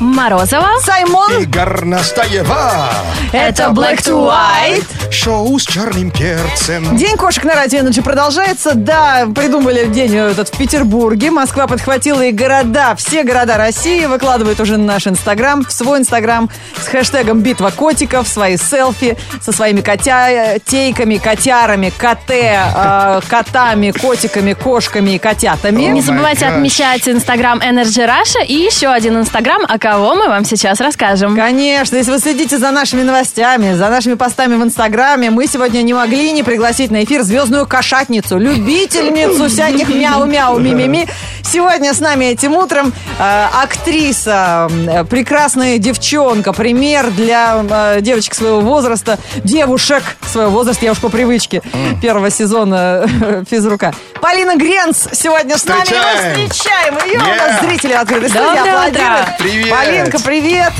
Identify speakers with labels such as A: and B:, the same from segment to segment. A: Морозова.
B: Саймон.
C: И Горностаева.
A: Это Black to White.
C: Шоу с черным перцем.
B: День кошек на радио Energy продолжается. Да, придумали день этот в Петербурге. Москва подхватила и города, все города России выкладывают уже на наш Инстаграм, в свой Инстаграм с хэштегом «Битва котиков», свои селфи со своими котятейками, котярами, коте, э, котами, котиками, кошками и
A: Не
B: котятами.
C: Oh my
A: забывайте
C: gosh.
A: отмечать инстаграм Energy Russia и еще один инстаграм, о кого мы вам сейчас расскажем.
B: Конечно, если вы следите за нашими новостями, за нашими постами в Инстаграме, мы сегодня не могли не пригласить на эфир звездную кошатницу, любительницу всяких мяу-мяу, ми-ми-ми. Сегодня с нами этим утром э, актриса, э, прекрасная девчонка, пример для э, девочек своего возраста, девушек своего возраста, я уж по привычке, первого сезона э, физрука. Полина Гренц сегодня с нами.
C: Встречаем.
B: И мы встречаем ее, у нас
C: Yeah.
B: зрители открыты.
A: Доброе утро.
C: Привет.
B: Полинка, привет!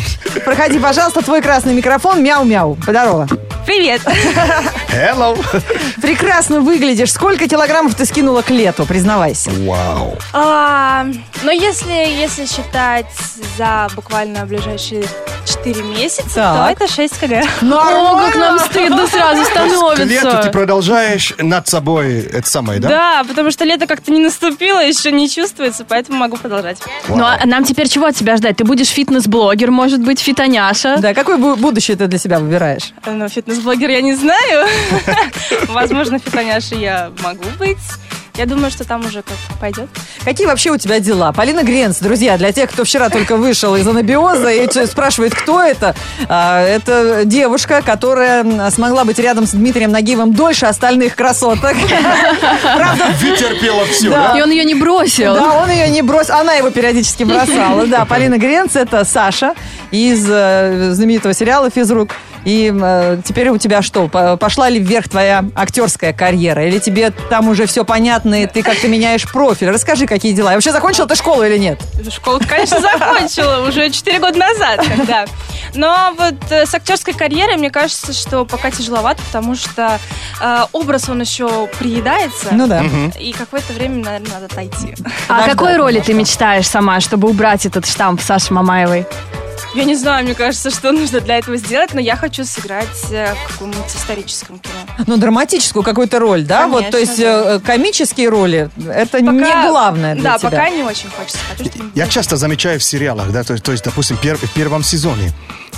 B: Проходи, пожалуйста, твой красный микрофон. Мяу-мяу. Здорово.
A: Привет.
C: Hello.
B: Прекрасно выглядишь. Сколько килограммов ты скинула к лету, признавайся.
C: Вау.
D: А, но если, если считать за буквально ближайшие 4 месяца,
B: Так.
D: то это 6 кг.
A: О, как Ну, а нам стыдно сразу
C: К лету ты
A: становится.
C: продолжаешь над собой это самое, да?
D: Да, потому что лето как-то не наступило, еще не чувствуется, поэтому могу продолжать.
C: Вау.
A: Ну а нам теперь чего от тебя ждать? Ты будешь фитнес-блогер, может быть, фитоняша.
B: Да, какое бу- будущее ты для себя выбираешь?
D: Но Ну, фитнес-блогер я не знаю. Возможно, фитоняшей я могу быть. Я думаю, что там уже как пойдет.
B: Какие вообще у тебя дела? Полина Гренц, друзья, для тех, кто вчера только вышел из анабиоза и ч- спрашивает, кто это, а, это девушка, которая м, смогла быть рядом с Дмитрием Нагиевым дольше остальных красоток.
C: Вытерпела все,
B: Да.
C: да?
A: И он ее не бросил.
B: Да, он ее не бросил, она его периодически бросала. Да, Полина Гренц это Саша из э, знаменитого сериала «Физрук». И э, теперь у тебя что, по- пошла ли вверх твоя актерская карьера? Или тебе там уже все понятно, и ты как-то меняешь профиль? Расскажи, какие дела. И вообще закончила ты школу или нет?
D: Ну, Школу, конечно, закончила уже 4 года назад, когда. Но вот э, с актерской карьерой, мне кажется, что пока тяжеловато, потому что э, образ, он еще приедается.
B: Ну да.
D: И какое-то время, наверное, надо отойти.
A: А
B: Подождать
A: какой роли ты
B: немножко.
A: мечтаешь сама, чтобы убрать этот штамп Саши Мамаевой?
D: Я не знаю, мне кажется, что нужно для этого сделать, но я хочу сыграть э, в каком-нибудь историческом кино. А
B: Ну, драматическую какую-то роль, да?
D: Конечно,
B: вот, то есть э, комические роли, это
D: Пока-
B: не главное для
D: Да,
B: тебя.
D: пока не очень хочется. Хочу, чтобы
C: Я часто замечаю в сериалах, да, то, есть- то есть, допустим, пер- в первом сезоне,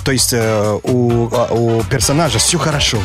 C: то есть э, у, а, у персонажа все хорошо.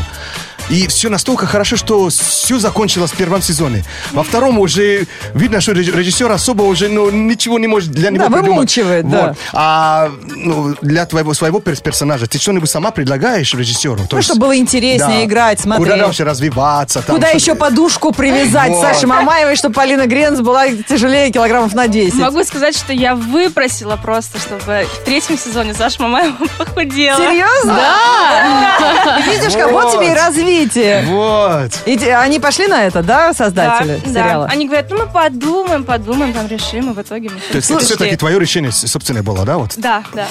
C: И все настолько хорошо, что все закончилось в первом сезоне. Во втором уже видно, что реж- режиссер особо уже ну, ничего не может для
B: Да,
C: него придумать.
B: вымучивает, да.
C: Вот. А ну, для твоего своего перс- персонажа ты что-нибудь сама предлагаешь режиссеру? То
B: Ну, чтобы было интереснее
C: да.
B: играть, смотреть.
C: Куда дальше развиваться? там,
B: Куда
C: что-то.
B: еще подушку привязать
C: Вот.
B: Саше Мамаевой, чтобы Полина Гренц была тяжелее килограммов на 10?
D: Могу сказать, что я выпросила просто, чтобы в третьем сезоне Саша Мамаева похудела.
B: Серьезно? Да! Видишь, как вот тебе и развитие.
C: Вот.
B: И те- они пошли на это, да,
D: Да,
B: создатели
D: да.
B: сериала?
D: Они говорят, ну мы подумаем, подумаем, там решим, и в итоге мы...
C: То есть
D: пришли.
C: это все-таки твое решение с- собственное было, да? Вот.
D: Да, да.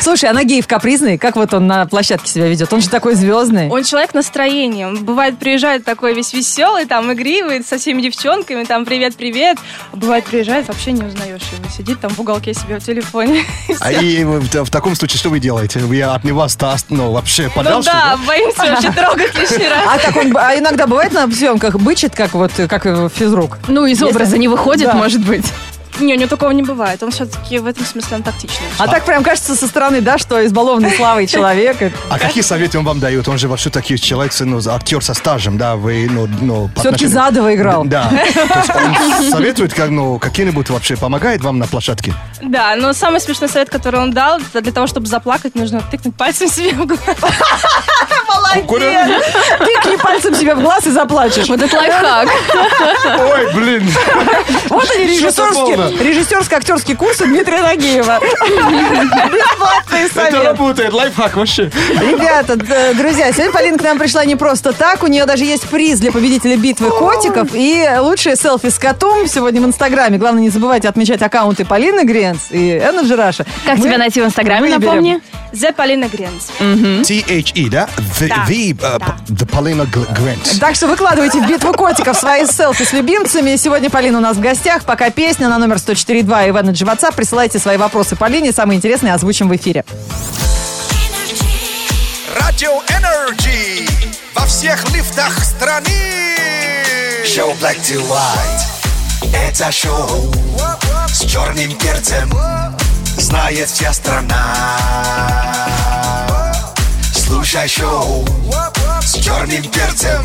B: Слушай, а Нагиев капризный? Как вот он на площадке себя ведет? Он же такой звездный.
D: Он человек настроением. Бывает, приезжает такой весь веселый, там, игривый, со всеми девчонками, там, привет-привет. А Бывает, приезжает, вообще не узнаешь его. Сидит там в уголке себе в телефоне. И
C: А
D: всё.
C: и в, в таком случае что вы делаете? Вы от него осталось, ну, вообще
D: Ну
C: подальше?
D: да, боимся вообще трогать лишний раз.
B: А как он, а иногда бывает на съемках бычит, как вот, э, как э, физрук?
A: Ну, из образа не выходит,
B: Да.
A: может быть.
D: Не, у него такого не бывает. Он все-таки в этом смысле он тактичный.
B: А так прям кажется со стороны, да, что избалованный славой человек.
C: А какие советы он вам дает? Он же вообще таки человек, ну, актер со стажем, да, вы, ну, ну, по
B: Все-таки
C: отношению-
B: задово играл.
C: Да. То есть он советует, как, ну, какие-нибудь вообще помогает вам на площадке?
D: Да, но самый смешной совет, который он дал, это для того, чтобы заплакать, нужно тыкнуть пальцем себе в глаз.
C: Куда?
B: Тыкни пальцем себе в глаз и заплачешь.
A: Вот это лайфхак.
C: Ой, блин.
B: Вот они,
C: Что-то полно.
B: режиссерские, режиссерско-актерские курсы Дмитрия Нагиева. Бесплатные
C: Это
B: советы.
C: работает, лайфхак вообще.
B: Ребята, д- друзья, сегодня Полина к нам пришла не просто так. У нее даже есть приз для победителя битвы котиков. И лучшие селфи с котом сегодня в Инстаграме. Главное, не забывайте отмечать аккаунты Полины Гренц и Energy Раша.
A: Как тебя найти в Инстаграме,
B: выберем.
A: напомни?
D: The Полина Гренц.
C: T-H-E, E, да? Ви,
D: Да.
C: ви, э,
D: Да.
C: П- Полина Гл- Грэнт.
B: Так что выкладывайте в битву котиков свои селфи с любимцами. Сегодня Полина у нас в гостях. Пока песня на номер 104.2 и в Energy WhatsApp. Присылайте свои вопросы Полине. Самые интересные озвучим в эфире.
E: Радио Энерджи во всех лифтах страны. Шоу Black to White. Это шоу с черным перцем. Знает вся страна. Слушай шоу с черным перцем.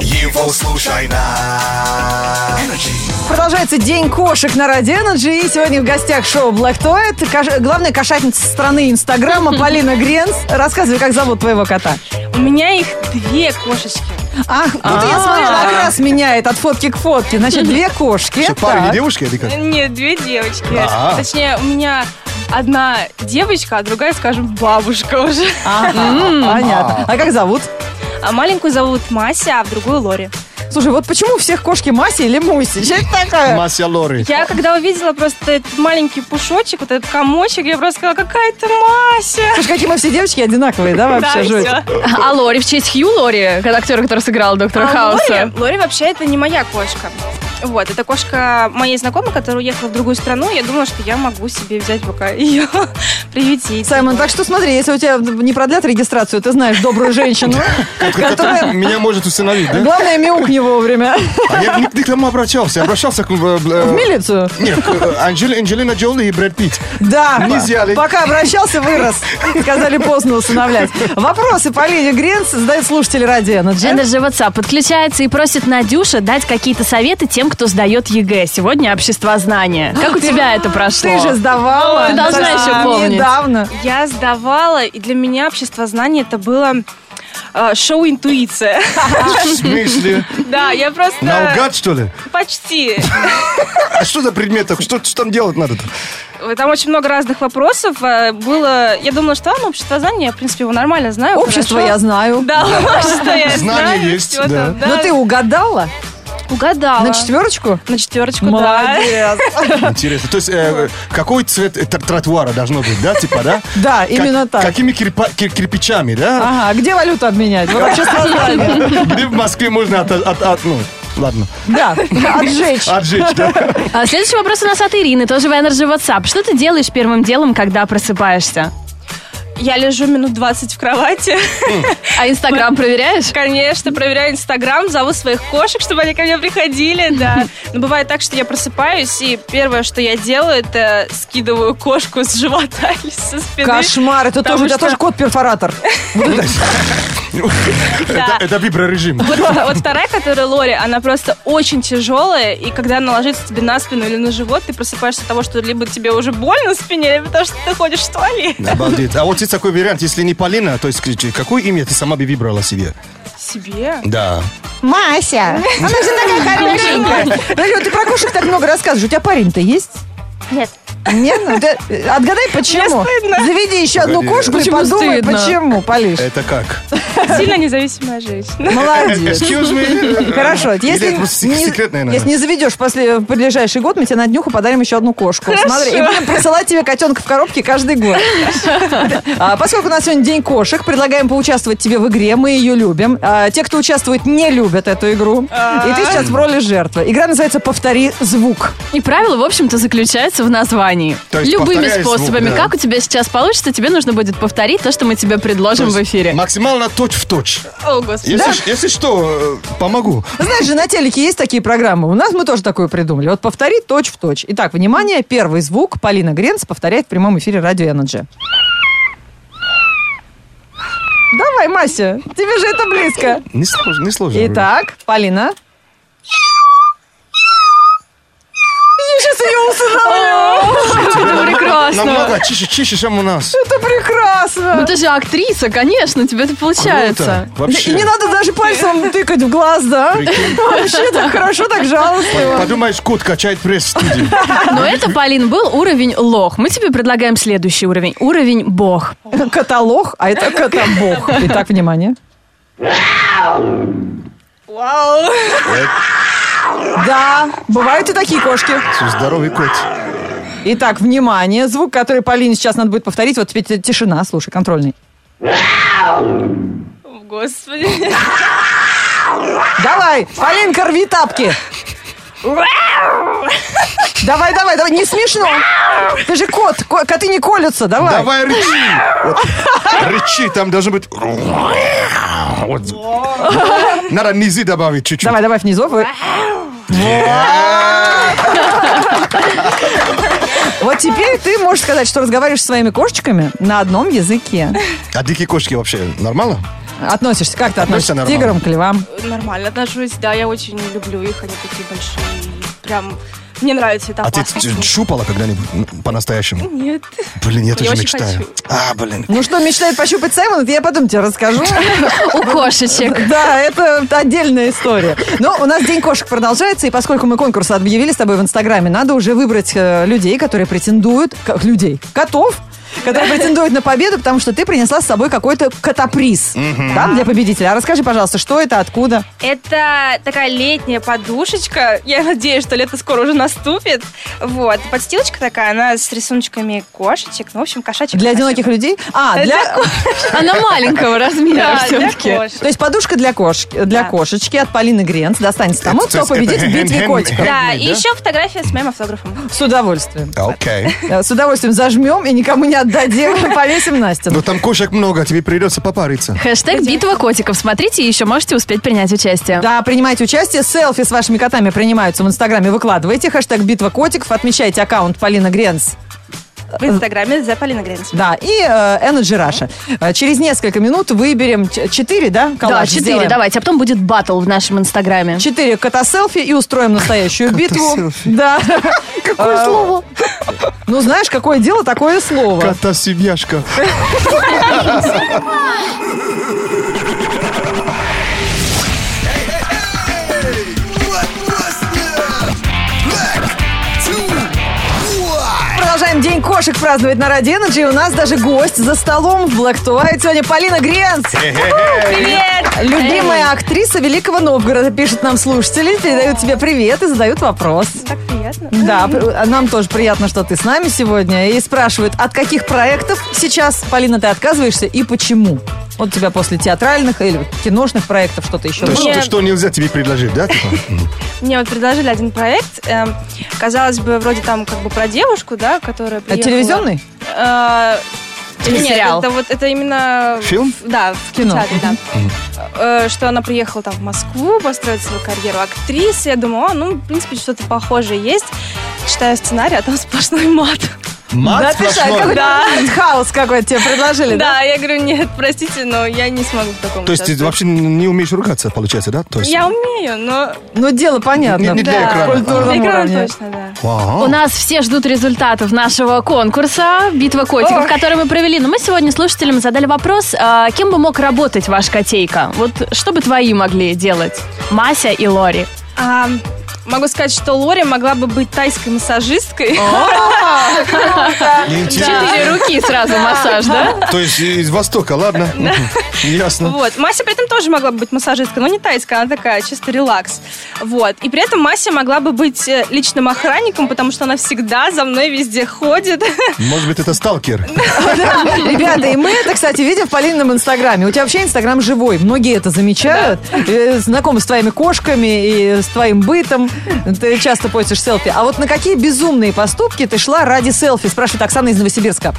E: Его слушай на Energy.
B: Продолжается День кошек на Радио Energy. И сегодня в гостях шоу Black Toilet. Кош- Главная кошатница страны Инстаграма Полина Гренс. Рассказывай, как зовут твоего кота.
D: У меня их две кошечки.
B: Ах, вот
D: А.
B: я смотрела, как раз меняет от фотки к фотке. Значит, две кошки.
C: Что, парень
B: Так.
C: и девушка? Или как?
D: Нет, две девочки.
C: А.
D: Точнее, у меня одна девочка, а другая, скажем, бабушка уже.
B: А. Ага, понятно. А как зовут?
D: А маленькую зовут Мася, а в другую Лори.
B: Слушай, вот почему у всех кошки Маси или Муси? Что это такое?
C: Мася Лори.
D: Я когда увидела просто этот маленький пушочек, вот этот комочек, я просто сказала, какая ты Мася.
B: Слушай, какие мы все девочки одинаковые, да,
D: Да,
B: вообще?
D: и
B: Жуть?
D: всё.
A: А Лори в честь Хью Лори, когда актера, который сыграл доктора
D: А
A: Хауса.
D: Лори, Лори вообще это не моя кошка. Вот, это кошка моей знакомой, которая уехала в другую страну. Я думала, что я могу себе взять пока ее, приютить.
B: Саймон, так что смотри, если у тебя не продлят регистрацию, ты знаешь добрую женщину, которая...
C: Меня может установить, да?
B: Главное, мяукни вовремя.
C: А я не к тому обращался. Обращался к... э,
B: В
C: э,
B: милицию.
C: Нет, к, э, Анджели- Анджелина Джоли и Брэд Питт.
B: Да,
C: Не взяли.
B: пока обращался, вырос. Сказали поздно усыновлять. Вопросы Полине Гренц задают слушатели ради Energy.
A: Energy WhatsApp подключается и просит Надюша дать какие-то советы тем, кто сдает ЕГЭ. Сегодня общество знания. Как у тебя это прошло?
B: Ты же сдавала.
A: Ты должна
B: совсем
A: ещё помнить.
B: Недавно.
D: Я сдавала, и для меня общество знаний это было э, шоу «Интуиция».
C: В смысле?
D: Да, я просто...
C: Наугад, что ли?
D: Почти.
C: А что за предмет? такой? Что, что там делать надо-то?
D: Там очень много разных вопросов э, было. Я думала, что а, ну, общество знаний, я, в принципе, его нормально знаю.
B: Общество
D: хорошо.
B: я знаю.
D: Да, общество
C: Знания
D: я знаю.
C: есть,
D: всё
C: да. Ну,
D: там,
B: Но ты угадала
D: угадала.
B: на четверочку?
D: На четверочку, А. да.
B: Молодец.
C: Интересно. То есть, э, какой цвет э, тр- тротуара должно быть, да, типа, да?
B: Да,
C: Как-
B: именно так. А.
C: Какими кирпа- кир- кирпичами, да?
B: Ага, где валюту обменять? Вот общество знания.
C: Где в Москве можно от... от- от- ну, ладно,
B: Да, отжечь.
C: отжечь, да?
A: А, следующий вопрос у нас от Ирины, тоже в Energy WhatsApp. Что ты делаешь первым делом, когда просыпаешься?
D: Я лежу минут 20 в кровати.
A: А Инстаграм проверяешь?
D: Конечно, проверяю Инстаграм, зову своих кошек, чтобы они ко мне приходили, да. Но бывает так, что я просыпаюсь, и первое, что я делаю, это скидываю кошку с живота или со спины.
B: Кошмар, это
D: Потому
B: тоже, у тебя
D: что-
B: тоже кот-перфоратор.
C: Это- Это виброрежим.
D: Вот, вот вторая, которая Лори, она просто очень тяжелая, и когда она ложится тебе на спину или на живот, ты просыпаешься от того, что либо тебе уже больно в спине, либо потому что ты ходишь в туалет.
C: Обалдеть. А вот есть такой вариант, если не Полина, то есть к- какое имя ты сама бы выбрала себе?
D: Себе?
C: Да.
B: Мася, она же такая хорошенькая. Подожди, вот ты про кошек так много рассказываешь. У тебя парень-то есть?
D: Нет.
B: Нет? Ну, ты- отгадай, почему.
D: стыдно.
B: Заведи еще одну
C: Погоди.
B: кошку и
A: Почему
B: подумай,
A: стыдно?
B: почему, Полиш.
C: Это как?
D: Сильно независимая женщина.
B: Молодец.
C: Excuse me.
B: Э, Хорошо,
C: Или
B: если
C: это просто
B: не,
C: сек- секрет, наверное.
B: если не заведешь после, э, в ближайший год, мы тебе на днюху подарим еще одну кошку. Смотри, и будем присылать тебе котенка в коробке каждый год. А, поскольку у нас сегодня день кошек, предлагаем поучаствовать тебе в игре, мы ее любим. А, те, кто участвует, не любят эту игру. И ты сейчас в роли жертвы. Игра называется «Повтори звук».
A: И правило, в общем-то, заключается в названии.
C: То есть
A: Любыми
C: повторяй звук,
A: способами.
C: да.
A: Как у тебя сейчас получится, тебе нужно будет повторить то, что мы тебе предложим в эфире.
C: Максимально точь в точь.
D: О, господи.
C: Если, ш- если что, э, помогу.
B: Ну, Знаешь же, на телеке есть такие программы. У нас мы тоже такое придумали. Вот «Повтори точь в точь». Итак, внимание, первый звук. Полина Гренц повторяет в прямом эфире «Радио Энерджи». Давай, Мася, тебе же это близко.
C: Не сложно. Не сложно
B: Итак, Полина. Я сейчас ее усыновлю.
A: Прекрасно.
C: Намного чище, чище, чем у нас.
B: Это
A: Ну
B: прекрасно.
A: ты же актриса, конечно, тебе это
C: Круто.
A: получается.
B: И
C: Вообще.
B: не надо даже пальцем тыкать в глаз, да?
C: Прикинь.
B: Вообще так хорошо, так жалостливо.
C: Подумаешь, кот качает пресс в студии.
A: Но это, Полин, был уровень лох. Мы тебе предлагаем следующий уровень. Уровень бог.
B: Каталог, а это котобог. Итак, внимание.
D: Вау.
B: Да, бывают и такие кошки.
C: Слушай, Здоровый кот.
B: Итак, внимание, звук, который Полине сейчас надо будет повторить. Вот теперь тишина, слушай, контрольный.
D: господи.
B: Давай, Полинка, рви тапки. Давай, давай, давай, не смешно. Ты же кот, ко- коты не колются, давай.
C: Давай рычи. Вот. Рычи, там должно быть... Вот. Надо низы добавить чуть-чуть.
B: Давай, давай внизу. Вы- Вот теперь ты можешь сказать, что разговариваешь со своими кошечками на одном языке.
C: А дикие кошки вообще нормально?
B: Относишься, как ты относишься
C: Относишься
B: к тиграм,
C: нормально.
B: к львам?
D: Нормально отношусь, да, я очень люблю их, они такие большие. Прям, мне нравится это
C: А ты
D: опасность.
C: т- шупала когда-нибудь м, по-настоящему?
D: Нет.
C: Блин, я тоже
D: очень
C: мечтаю.
D: хочу.
C: А, блин.
B: Ну что, мечтает пощупать Саймон, это я потом тебе расскажу.
A: У кошечек.
B: Да, это отдельная история. Но у нас День кошек продолжается, и поскольку мы конкурс объявили с тобой в Инстаграме, надо уже выбрать э, людей, которые претендуют... Как людей? Котов? которые претендуют на победу, потому что ты принесла с собой какой-то котоприз да, для победителя. А расскажи, пожалуйста, что это, откуда?
D: Это такая летняя подушечка. Я надеюсь, что лето скоро уже наступит. Вот. Подстилочка такая, она с рисуночками кошечек. Ну, в общем, кошачьих.
B: Для
D: кошек.
B: одиноких людей? А, для...
A: Она маленького размера
D: Да, для
A: все-таки.
D: кошек.
B: То есть подушка для, кошки, для
D: Да.
B: кошечки от Полины Гренц достанется тому,
C: Это-
B: кто
C: это
B: победит в битве
C: hand-hand-
B: котиков.
D: Да, и
C: да?
D: еще фотография с моим автографом.
B: С удовольствием.
C: Окей.
B: Э, С удовольствием зажмем и никому не отдадим, повесим на стену.
C: Но Ну, там кошек много, а тебе придется попариться.
A: Хэштег «Битва котиков». Смотрите, и еще можете успеть принять участие.
B: Да, принимайте участие. Селфи с вашими котами принимаются в Инстаграме. Выкладывайте хэштег «Битва котиков». Отмечайте аккаунт Полина Гренц.
D: В инстаграме за Полина Гренц.
B: Да, и э, Energy Russia. Э, Через несколько минут выберем ч- четыре, да,
A: Да,
B: коллаж
A: четыре,
B: сделаем?
A: давайте. А потом будет баттл в нашем инстаграме.
B: Четыре кота-селфи и устроим настоящую битву.
C: Кота-селфи.
B: Да. Какое слово? Ну, знаешь, какое дело, такое слово.
C: Кота-семьяшка.
E: What was that? Black to white.
B: Продолжаем День кошек праздновать на Радио Energy. У нас даже гость за столом в Black to White. Сегодня Полина Гренц.
D: Привет!
B: Любимая актриса Великого Новгорода пишет нам слушатели, передают тебе привет и задают вопрос.
D: Так приятно.
B: Да, при- нам тоже приятно, что ты с нами сегодня. И спрашивают, от каких проектов сейчас, Полина, ты отказываешься и почему? Вот у тебя после театральных или киношных проектов что-то еще
C: То
B: было?
C: есть
D: Нет.
C: что- что нельзя тебе предложить, да? типа?
D: Мне вот предложили один проект. эм, казалось бы, вроде там как бы про девушку, да, которая
B: Это
D: приехала.
B: А телевизионный?
D: Э, Нет,
A: Телесериал.
D: это вот это именно
C: Фильм?
D: в- да, в
B: Кино.
D: кинотеатре, да. Э, Что она приехала там в Москву построить свою карьеру актрисы. Я думала, «А, ну, в принципе, что-то похожее есть. Читаю сценарий, а там сплошной мат.
B: да,
C: Мат
B: ты что,
C: сплошной.
B: какой-то артхаус какой-то тебе предложили, да?
D: Да, я говорю, нет, простите, но я не смогу в таком
C: То есть ты
D: участвовать».
C: вообще не умеешь ругаться, получается, да? То есть...
D: Я умею, но...
B: Ну, дело понятно.
C: Не- не для
B: Да.
C: экрана.
B: В культурном
D: Для экрана
B: уровне.
D: точно, да.
C: Вау.
A: У нас все ждут результатов нашего конкурса «Битва котиков»,
D: Ой.
A: который мы провели. Но мы сегодня слушателям задали вопрос, а, кем бы мог работать ваш котейка? Вот что бы твои могли делать? Мася и Лори.
D: А, могу сказать, что Лори могла бы быть тайской массажисткой.
C: Интересно.
A: Четыре руки сразу массаж, да?
C: Ну, То есть из Востока, ладно? Ясно.
D: Вот. Мася при этом тоже могла бы быть массажисткой, но не тайская, она такая, чисто релакс. Вот. И при этом Мася могла бы быть э, личным охранником, потому что она всегда за мной везде ходит.
C: Может быть, это сталкер.
B: Да, Ребята, и мы это, кстати, видим в Полинином инстаграме. У тебя вообще инстаграм живой. Многие это замечают. Э, Знакомы с твоими кошками и с твоим бытом. Ты часто постишь селфи. А вот на какие безумные поступки ты шла ради селфи? Спрашивает Оксана из Новосибирска.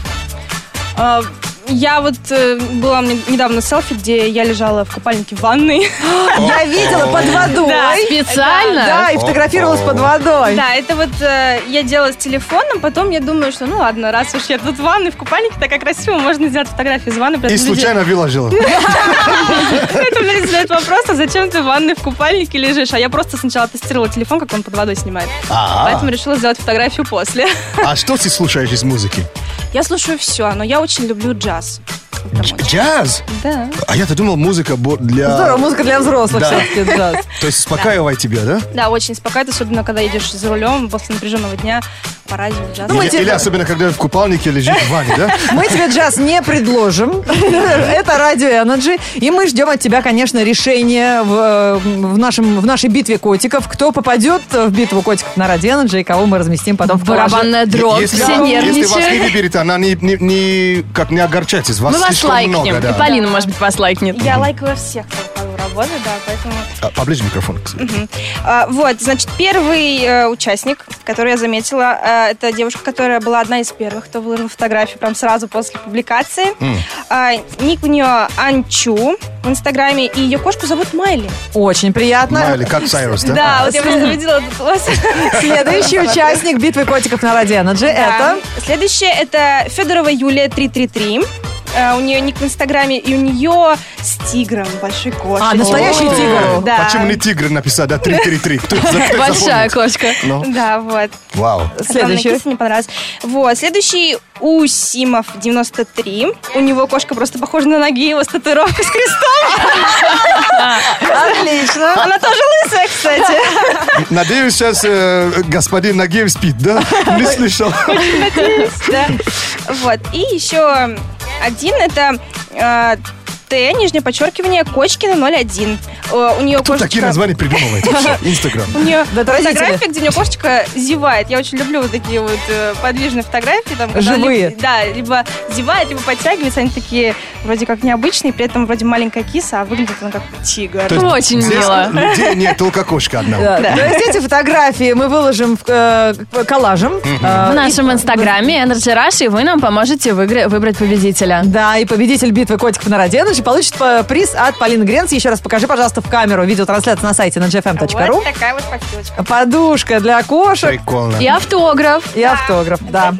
D: А, Я вот э, была мне недавно селфи, где я лежала в купальнике в ванной.
B: Я видела под водой.
A: Специально?
B: Да, и фотографировалась под водой.
D: Да, это вот э, я делала с телефоном, потом я думаю, что ну ладно, раз уж я тут в ванной, в купальнике, такая красиво, можно сделать фотографии из ванны.
C: И случайно выложил.
D: Это мне задают вопрос, а зачем ты в ванной в купальнике лежишь? А я просто сначала тестировала телефон, как он под водой снимает.
C: А
D: Поэтому решила сделать фотографию после.
C: а что ты слушаешь из музыки?
D: Я слушаю все, но я очень люблю джаз. Прям
C: Дж-
D: очень.
C: Джаз?
D: Да.
C: А я-то думал, музыка бо- для...
B: Здорово, музыка для взрослых
C: Да.
B: все-таки. да.
C: То есть успокаивай тебя, да?
D: Да, очень успокаивает, особенно когда едешь за рулем после напряженного дня. по радио джаз.
B: Ну, мы
C: или,
B: тебе-
C: или особенно, когда в купальнике лежит в ванне, да?
B: Мы тебе джаз не предложим. Это радио Energy. И мы ждем от тебя, конечно, решения в, в нашем, в нашей битве котиков. Кто попадет в битву котиков на радио Energy и кого мы разместим потом в коллаже.
A: Барабанная дробь,
C: Если-
A: все
C: Если вас не
A: нервничают.
C: выберет, она не, не- не- как не огорчайтесь. Вас
A: Мы вас
C: слишком
A: лайкнем.
C: много,
A: И
C: да.
A: Полина, может быть, вас лайкнет.
D: Я лайкаю всех, кто в работе, да, поэтому...
C: А, Поближе микрофон. кстати.
D: А, Вот, значит, первый э, участник, который я заметила, э, это девушка, которая была одна из первых, кто выложил фотографию прям сразу после публикации.
C: М.
D: А, Ник у нее Анчу в Инстаграме, и ее кошку зовут Майли.
B: Очень приятно.
C: Майли, как Сайрус, да?
D: Да, вот я просто видела этот пост.
B: Следующий участник битвы котиков на радио Energy
D: Да.
B: это...
D: Следующее это Федорова Юлия 333. Э, У нее ник в Инстаграме, и у нее с тигром большой кошечкой.
B: А, настоящий
C: Ух ты.
B: тигр.
D: Да.
C: Почему не тигр написал, да, 333? Кто это за- кто это
A: Большая
C: запомнит?
A: кошка.
C: Ну,
D: Да, вот.
C: Вау.
B: Следующий.
D: Следующий. Мне понравилось. Вот. Следующий Усимов 93. У него кошка просто похожа на ноги, его с татуировкой с крестом.
B: Отлично.
D: Она тоже лысая, кстати.
C: Надеюсь, сейчас э, господин Нагиев спит, да? Не слышал.
D: Да. Вот. И еще один это э, Т, нижнее подчеркивание, Кочкина 01. Э, У нее
C: Кто
D: кошечка-
C: такие названия придумывает вообще? Инстаграм.
D: У нее
B: Да это родители.
D: фотография, где у нее кошечка зевает. Я очень люблю вот такие вот э, подвижные фотографии. Там, когда
B: Живые.
D: либо- да, либо зевает, либо подтягивается. Они такие вроде как необычные, при этом вроде маленькая киса, а выглядит она как тигр.
C: То есть
A: Очень
C: здесь
A: мило.
C: Людей нет, только кошка одна.
B: Да. То есть эти фотографии мы выложим в, э, коллажем.
A: В
B: Э,
A: нашем инстаграме Energy Rush, и вы нам поможете выигра- выбрать победителя.
B: Да, и победитель битвы котиков на Радио Energy получит э, приз от Полины Гренц. Еще раз покажи, пожалуйста, в камеру. Видеотрансляция на сайте на
D: Вот такая вот пакеточка.
B: Подушка для кошек
C: Прикольно.
A: И автограф.
B: и автограф. Да.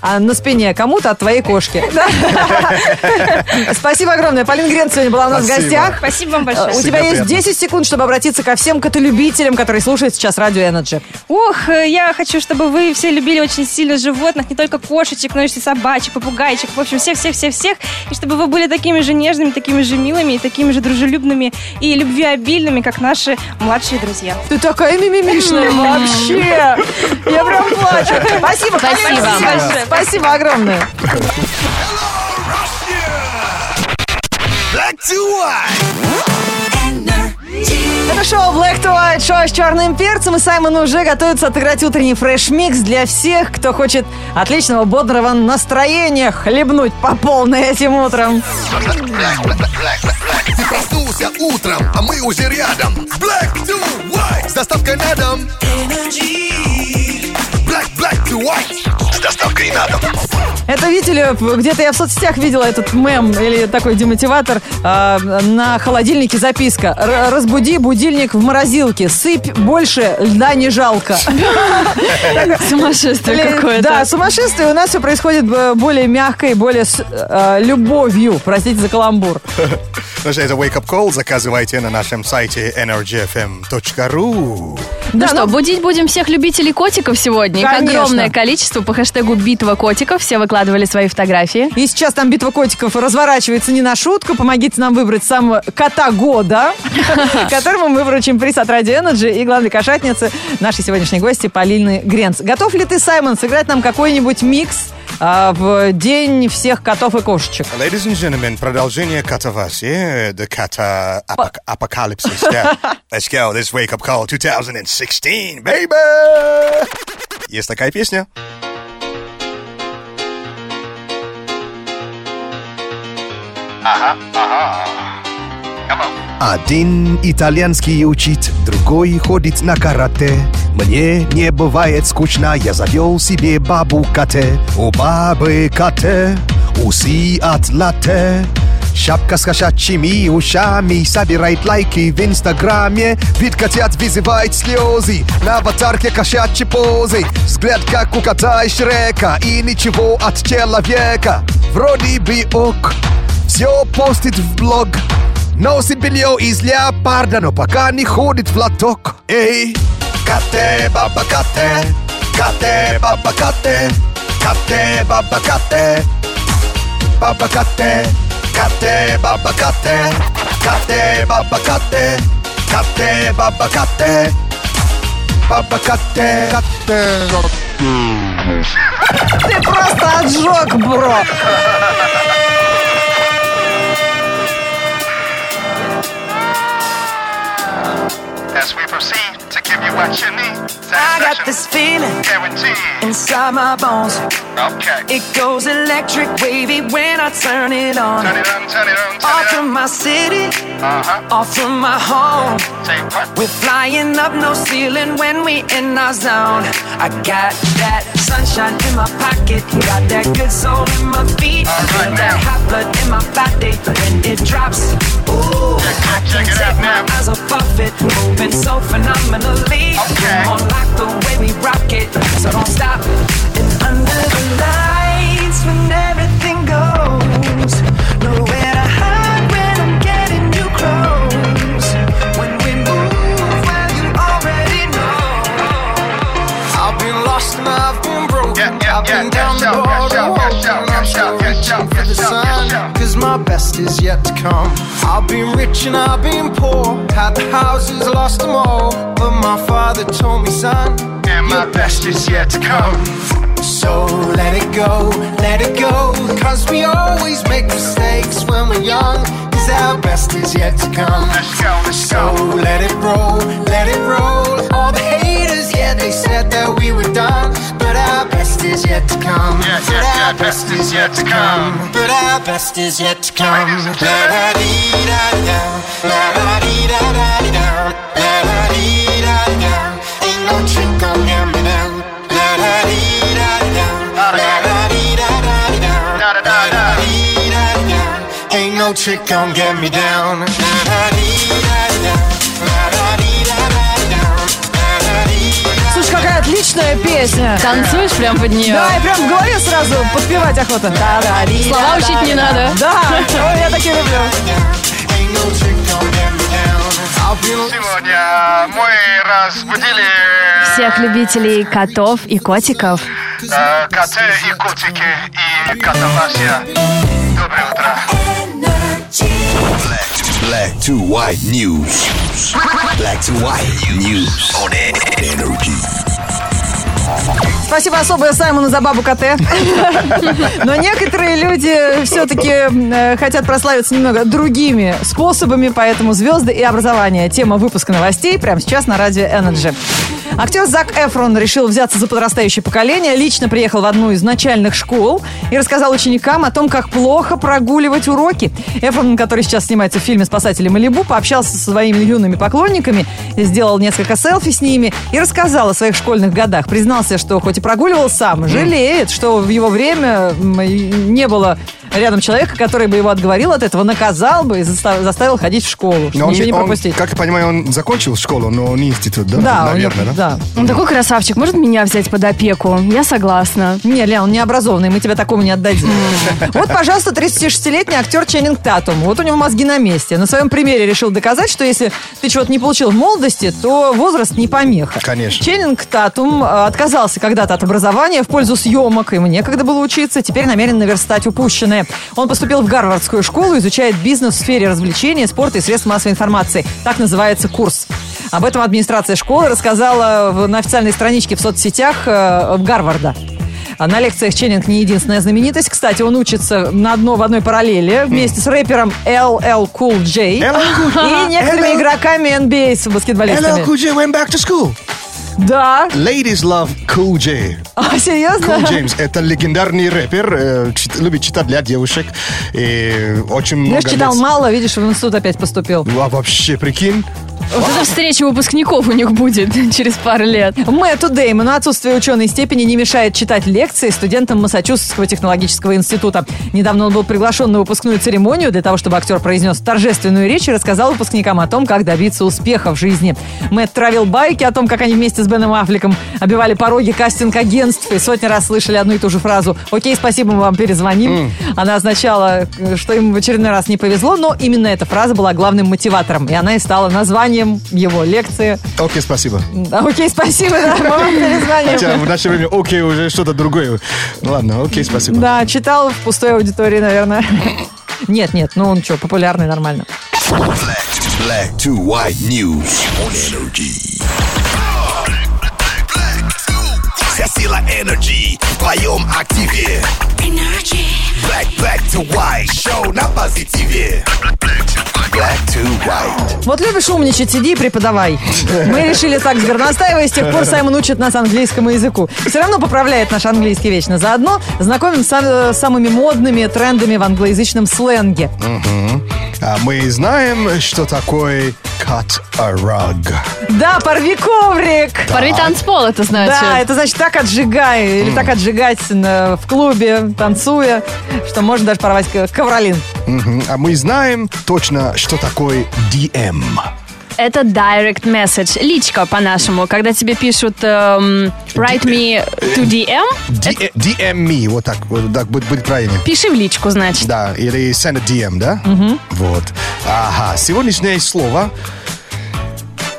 B: А на спине кому-то от твоей кошки. Спасибо огромное. Полин Гренц сегодня была у нас в
C: Спасибо.
B: гостях.
D: Спасибо вам
C: А,
B: Э, У
D: большое.
B: тебя есть
C: приятно.
B: 10 секунд, чтобы обратиться ко всем котолюбителям, которые слушают сейчас Радио Energy.
D: Ох, э, я хочу, чтобы вы все любили очень сильно животных, не только кошечек, но и собачек, попугайчик, в общем, всех-всех-всех-всех, и чтобы вы были такими же нежными, такими же милыми, и такими же дружелюбными и любвеобильными, как наши младшие друзья.
B: Ты такая мимимишная вообще. Я прям плачу. Спасибо. Полина,
A: Спасибо.
B: большое. Спасибо огромное.
E: Black to white.
B: Это шоу Black to White, шоу с черным перцем. И Саймон уже готовится отыграть утренний фреш-микс для всех, кто хочет отличного бодрого настроения хлебнуть по полной этим утром.
E: Black, black, black, black, black. Ты проснулся утром, а мы уже рядом. Black to white. С доставкой на дом. Black, black to white. С доставкой на дом.
B: Это, видели, где-то я в соцсетях видела этот мем или такой демотиватор. а, на холодильнике записка. «Р- Разбуди будильник в морозилке. Сыпь больше, льда не жалко.
A: Сумасшествие
B: Или- Да,
A: какое-то.
B: сумасшествие. У нас все происходит э, более мягко и более с э, любовью. Простите за каламбур.
C: Значит, это Wake Up Call. Заказывайте на нашем сайте energyfm.ru.
A: Ну что, будить будем всех любителей котиков сегодня. Их
B: Конечно.
A: огромное количество по хэштегу «Битва котиков». Все выкладывали свои фотографии.
B: И сейчас там битва котиков разворачивается не на шутку. Помогите нам выбрать самого кота года, которому мы вручим приз от Radio Energy и главной кошатницы нашей сегодняшней гости Полины Гренц. Готов ли ты, Саймон, сыграть нам какой-нибудь микс а, в день всех котов и кошечек?
C: Ladies and gentlemen, продолжение катавасии, the ката апок- апокалипсис. yeah. Let's go, this wake up call 2016, baby! Есть такая песня?
E: Один итальянский учит, другой ходит на карате. Мне не бывает скучно, я завел себе бабу Кате. У бабы Кате усы от латте. Шапка с кошачьими ушами собирает лайки в инстаграме Вид котят вызывает слезы На аватарке кошачьи позы Взгляд как у кота и Шрека И ничего от человека Вроде бы ок Все постит в блог Носит белье из леопарда, но пока не ходит в лоток. Эй! Кате, баба, кате, кате, баба, кате, кате, баба, кате, баба, кате, кате, баба, кате, кате, баба, кате, кате, баба, кате, баба, кате, кате.
B: Рок, бро!
F: As we proceed to give you what you need.
G: I got
F: Satisfaction
G: this feeling
F: guaranteed.
G: inside my bones.
F: Okay.
G: It goes electric wavy when I turn it on.
F: Turn it on, turn it on,
G: Off
F: turn
G: from
F: it
G: my city,
F: on. Uh-huh.
G: off from my home.
F: Say what?
G: We're flying up no ceiling when we in our zone. I got that sunshine in my pocket, got that good soul in my feet,
F: All right,
G: feel that
F: now.
G: hot blood in my body when it drops. Ooh, I
F: check
G: can't
F: it out
G: take my
F: now.
G: eyes off of it, moving so phenomenally.
F: Okay.
G: Come on, like the way we rock it, so don't stop. And under the lights when everything goes, nowhere to hide when I'm getting you close. When we move, well you already know. I've been lost and I've been broken.
F: Yeah, yeah,
G: I've
F: yeah,
G: been
F: yeah,
G: down
F: shout,
G: the
F: yeah,
G: road
F: shout,
G: and
F: yeah,
G: woke,
F: shout,
G: and
F: yeah,
G: I'm still
F: shout, yeah,
G: reaching
F: shout,
G: for the
F: yeah, shout, yeah,
G: sun,
F: shout.
G: 'cause my best is yet to come. I've been rich and I've been poor, had the houses, lost them all. But my father told me, son,
F: And my best is yet to come.
G: so let it go, let it go. Cause we always make mistakes when we're young, 'cause our best is yet to come.
F: Let's go, let's
G: So
F: go.
G: let it roll, let it roll. All the haters, yeah, they said that we were done, but our best is yet to come.
F: Yeah,
G: But
F: yeah,
G: our
F: yeah, best is yet to come.
G: But our best is yet to come.
F: Ladies and gentlemen.
G: La-da-dee-da-da-da, la-da-dee-da-da-da-da, la-da-dee-da-da-da. Ain't no trick on them now. La-da-dee-da-da-da, la-da-dee-da-da-da,
F: Da-da-da-da.
G: la-da-dee-da-da-da. Ain't no trick gon' get me down. La-da-dee-da-da-da, la-da-dee-da-da-da, la-da-dee-da-da.
B: Слушай, какая отличная песня.
A: Танцуешь прям под нее?
B: Да, и прям в голове сразу подпевать охота.
A: Слова учить не надо.
B: Да, ой, я такие люблю.
G: Ain't no trick gon' get me down. I've been
F: Сегодня мы разбудили
A: Всех любителей котов и котиков.
F: э, коты и котики и котовасия. Доброе утро.
E: Black to white news. Black to white news on energy.
B: Спасибо особое Саймону за бабу КТ. Но некоторые люди все-таки э, хотят прославиться немного другими способами, поэтому звезды и образование. Тема выпуска новостей прямо сейчас на радио Energy. Актер Зак Эфрон решил взяться за подрастающее поколение, лично приехал в одну из начальных школ и рассказал ученикам о том, как плохо прогуливать уроки. Эфрон, который сейчас снимается в фильме «Спасатели Малибу», пообщался со своими юными поклонниками, сделал несколько селфи с ними и рассказал о своих школьных годах. Признался, что хоть и прогуливал сам, жалеет, что в его время м, и не было рядом человека, который бы его отговорил от этого, наказал бы и заста- заставил ходить в школу, чтобы
C: Но он
B: ничего не
C: не- он,
B: пропустить.
C: как я понимаю, он закончил школу, но не институт, да?
B: Да, он не-
C: наверное, да?
B: да.
A: Он Ну, такой красавчик, может меня взять под опеку? Я согласна.
B: Не, Лен, он необразованный, мы тебя такому не отдадим. Вот, пожалуйста, 36-летний актер Ченнинг Татум. Вот у него мозги на месте. На своем примере решил доказать, что если ты чего-то не получил в молодости, то возраст не помеха.
C: Конечно.
B: Ченнинг Татум э, отказался когда-то от образования в пользу съемок. Ему некогда было учиться, теперь намерен наверстать упущенное. Он поступил в Гарвардскую школу, изучает бизнес в сфере развлечений, спорта и средств массовой информации. Так называется курс. Об этом администрация школы рассказала в- на официальной страничке в соцсетях э, Гарварда. А На лекциях Ченнинг не единственная знаменитость. Кстати, он учится на одно, в одной параллели вместе с рэпером LL Cool J и некоторыми
C: LL.
B: игроками NBA с
C: Hello,
B: баскетболистами.
C: Cool J went back to school.
B: Да.
C: Ladies love Cool J.
B: А, серьезно?
C: Кул Джеймс – это легендарный рэпер, э, чит- любит читать для девушек. И очень много
B: Я ж читал
C: лет-
B: мало, видишь, в институт опять поступил.
C: Ну, а вообще, прикинь,
A: Вот это встреча выпускников у них будет через пару лет.
B: Мэтту Дэймону отсутствие ученой степени не мешает читать лекции студентам Массачусетского технологического института. Недавно он был приглашен на выпускную церемонию для того, чтобы актер произнес торжественную речь и рассказал выпускникам о том, как добиться успеха в жизни. Мэтт травил байки о том, как они вместе с Беном Аффлеком обивали пороги кастинг-агентств и сотни раз слышали одну и ту же фразу «Окей, спасибо, мы вам перезвоним». Она означала, э, что им в очередной раз не повезло, но именно эта фраза была главным мотиватором, и она и стала названием его лекции
C: окей, спасибо.
B: да, Окей, спасибо, да, мы вам перезвоним.
C: Хотя в наше время окей уже что-то другое. Ну, Ладно, окей, спасибо.
B: Да, читал в пустой аудитории, наверное. Нет, нет, ну он что, популярный, нормально.
E: Black to white news on energy. Вся сила energy в твоем активе. Black, black to white, шоу на позитиве. Black to white.
B: Вот любишь умничать, сиди и преподавай. Мы решили так с Горностаевой, и с тех пор Саймон учит нас английскому языку. Все равно поправляет наш английский вечно. Заодно знакомим с сам- самыми модными трендами в англоязычном сленге.
C: А мы знаем, что такое cut a rug.
B: Да, порви коврик!
A: Порви танцпол, это значит.
B: Да, это значит так отжигай, или так отжигать на- в клубе, танцуя, что можно даже порвать к- ковролин.
C: Мгм. А мы знаем точно, что такое DM.
A: Это direct message, личка по-нашему, когда тебе пишут эм, write me to DM,
C: D- э, DM me, вот так, вот так будет, будет правильно.
A: пиши в личку, значит.
C: Да, или send a DM, да? Вот. Ага, сегодняшнее слово,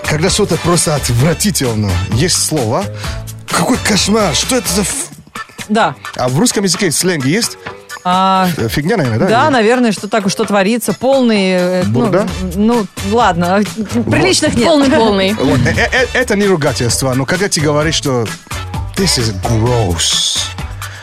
C: когда что-то просто отвратительно, есть слово, какой кошмар, что это за... ф-
B: Да.
C: А в русском языке сленг есть?
B: А,
C: Э, Фигня, наверное, да?
B: да,
C: Или-
B: наверное, что так что творится. Полный. э, ну,
C: Бурда?
B: Ну, ладно, э, приличных нет.
A: Полный-полный.
C: Вот, э, э, э, Это не ругательство, но когда ты говоришь, что this is gross,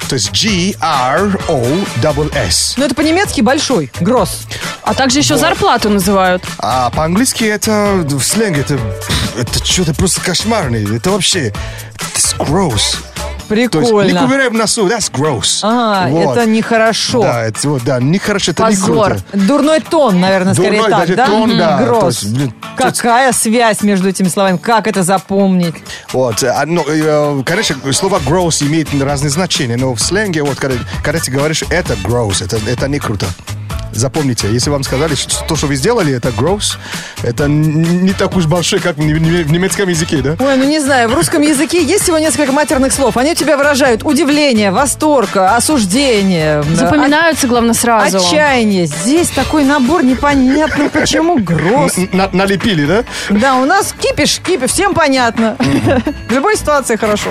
C: то есть G-R-O-S,
B: Ну, это по-немецки большой, гросс.
A: А также еще зарплату называют.
C: а по-английски это в сленге, это, пф, это что-то просто кошмарный, это вообще it's gross. То есть не
B: Прикольно.
C: ковыряй в носу, that's gross.
B: А,
C: Вот.
B: это нехорошо.
C: Да, это, вот, да, нехорошо, это
A: Позор.
C: не круто.
B: Дурной тон, наверное, скорее
C: Дурной
B: так,
C: даже
B: да?
C: тон,
B: Мгм,
C: да. То
B: Гросс.
C: есть, блин,
B: Какая связь между этими словами? Как это запомнить?
C: Вот, а, ну, э, конечно, слово gross имеет разные значения, но в сленге, вот, когда, когда ты говоришь, это gross, это, это не круто. Запомните, если вам сказали, что то, что вы сделали, это gross, это н- не так уж большое, как в не- не- в немецком языке, да?
B: Ой, ну не знаю, в русском языке есть всего несколько матерных слов. Они у тебя выражают удивление, восторг, осуждение, э,
A: Запоминаются, главное,
B: от-
A: сразу.
B: отчаяние. Здесь такой набор непонятно почему гроз.
C: Н- на- налепили, да?
B: Да, у нас кипиш, кипиш, всем понятно. В любой ситуации хорошо.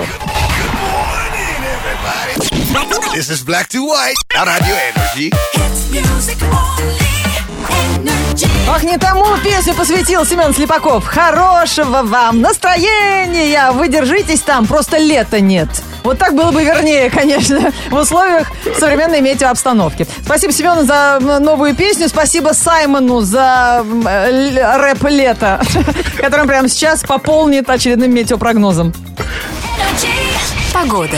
E: This is black to white на радио Energy.
H: Hits music only. Energy.
B: Ах, не А тому песню посвятил Семен Слепаков. Хорошего вам настроения! Вы держитесь там, просто лета нет. Вот так было бы вернее, конечно, в условиях современной метеообстановки. Спасибо Семену за м, новую песню, спасибо Саймону за м, э, л- рэп лето, которым прямо сейчас пополнит очередным метеопрогнозом.
H: Погода.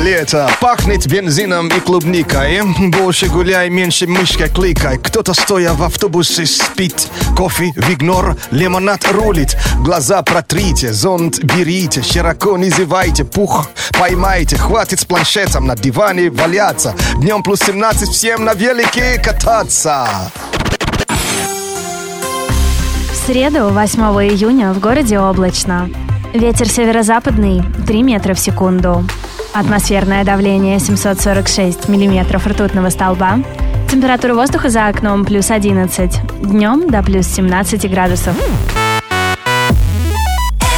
C: Лето пахнет бензином и клубникой. Больше гуляй, меньше мышкой кликай. Кто-то, стоя в автобусе, спит. Кофе, вигнор, лимонад рулит. Глаза протрите, зонт берите. Широко не зевайте, пух поймайте. Хватит с планшетом на диване валяться. Днем плюс 17 всем на велике кататься.
I: В среду, 8 июня, в городе облачно. Ветер северо-западный 3 метра в секунду. Атмосферное давление 746 миллиметров ртутного столба. Температура воздуха за окном плюс 11. Днем до плюс 17 градусов.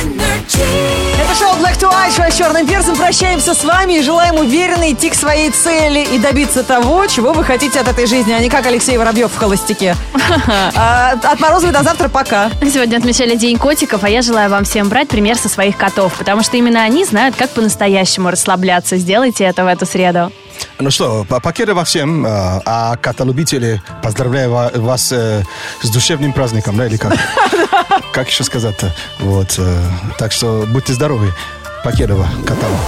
H: Energy.
B: Это шоу Black to White, шоу с черным перцем. Прощаемся с вами и желаем уверенно идти к своей цели и добиться того, чего вы хотите от этой жизни, а не как Алексей Воробьев в холостяке. А, От Морозовой до завтра, пока.
I: Сегодня отмечали День котиков, а я желаю вам всем брать пример со своих котов, потому что именно они знают, как по-настоящему расслабляться. Сделайте это в эту среду.
C: Ну что, по- покеда во всем, э, а каталюбители, поздравляю ва- вас э, с душевным праздником, да, или как? Как еще сказать-то? Вот, э, так что будьте здоровы. Покедова, каталу.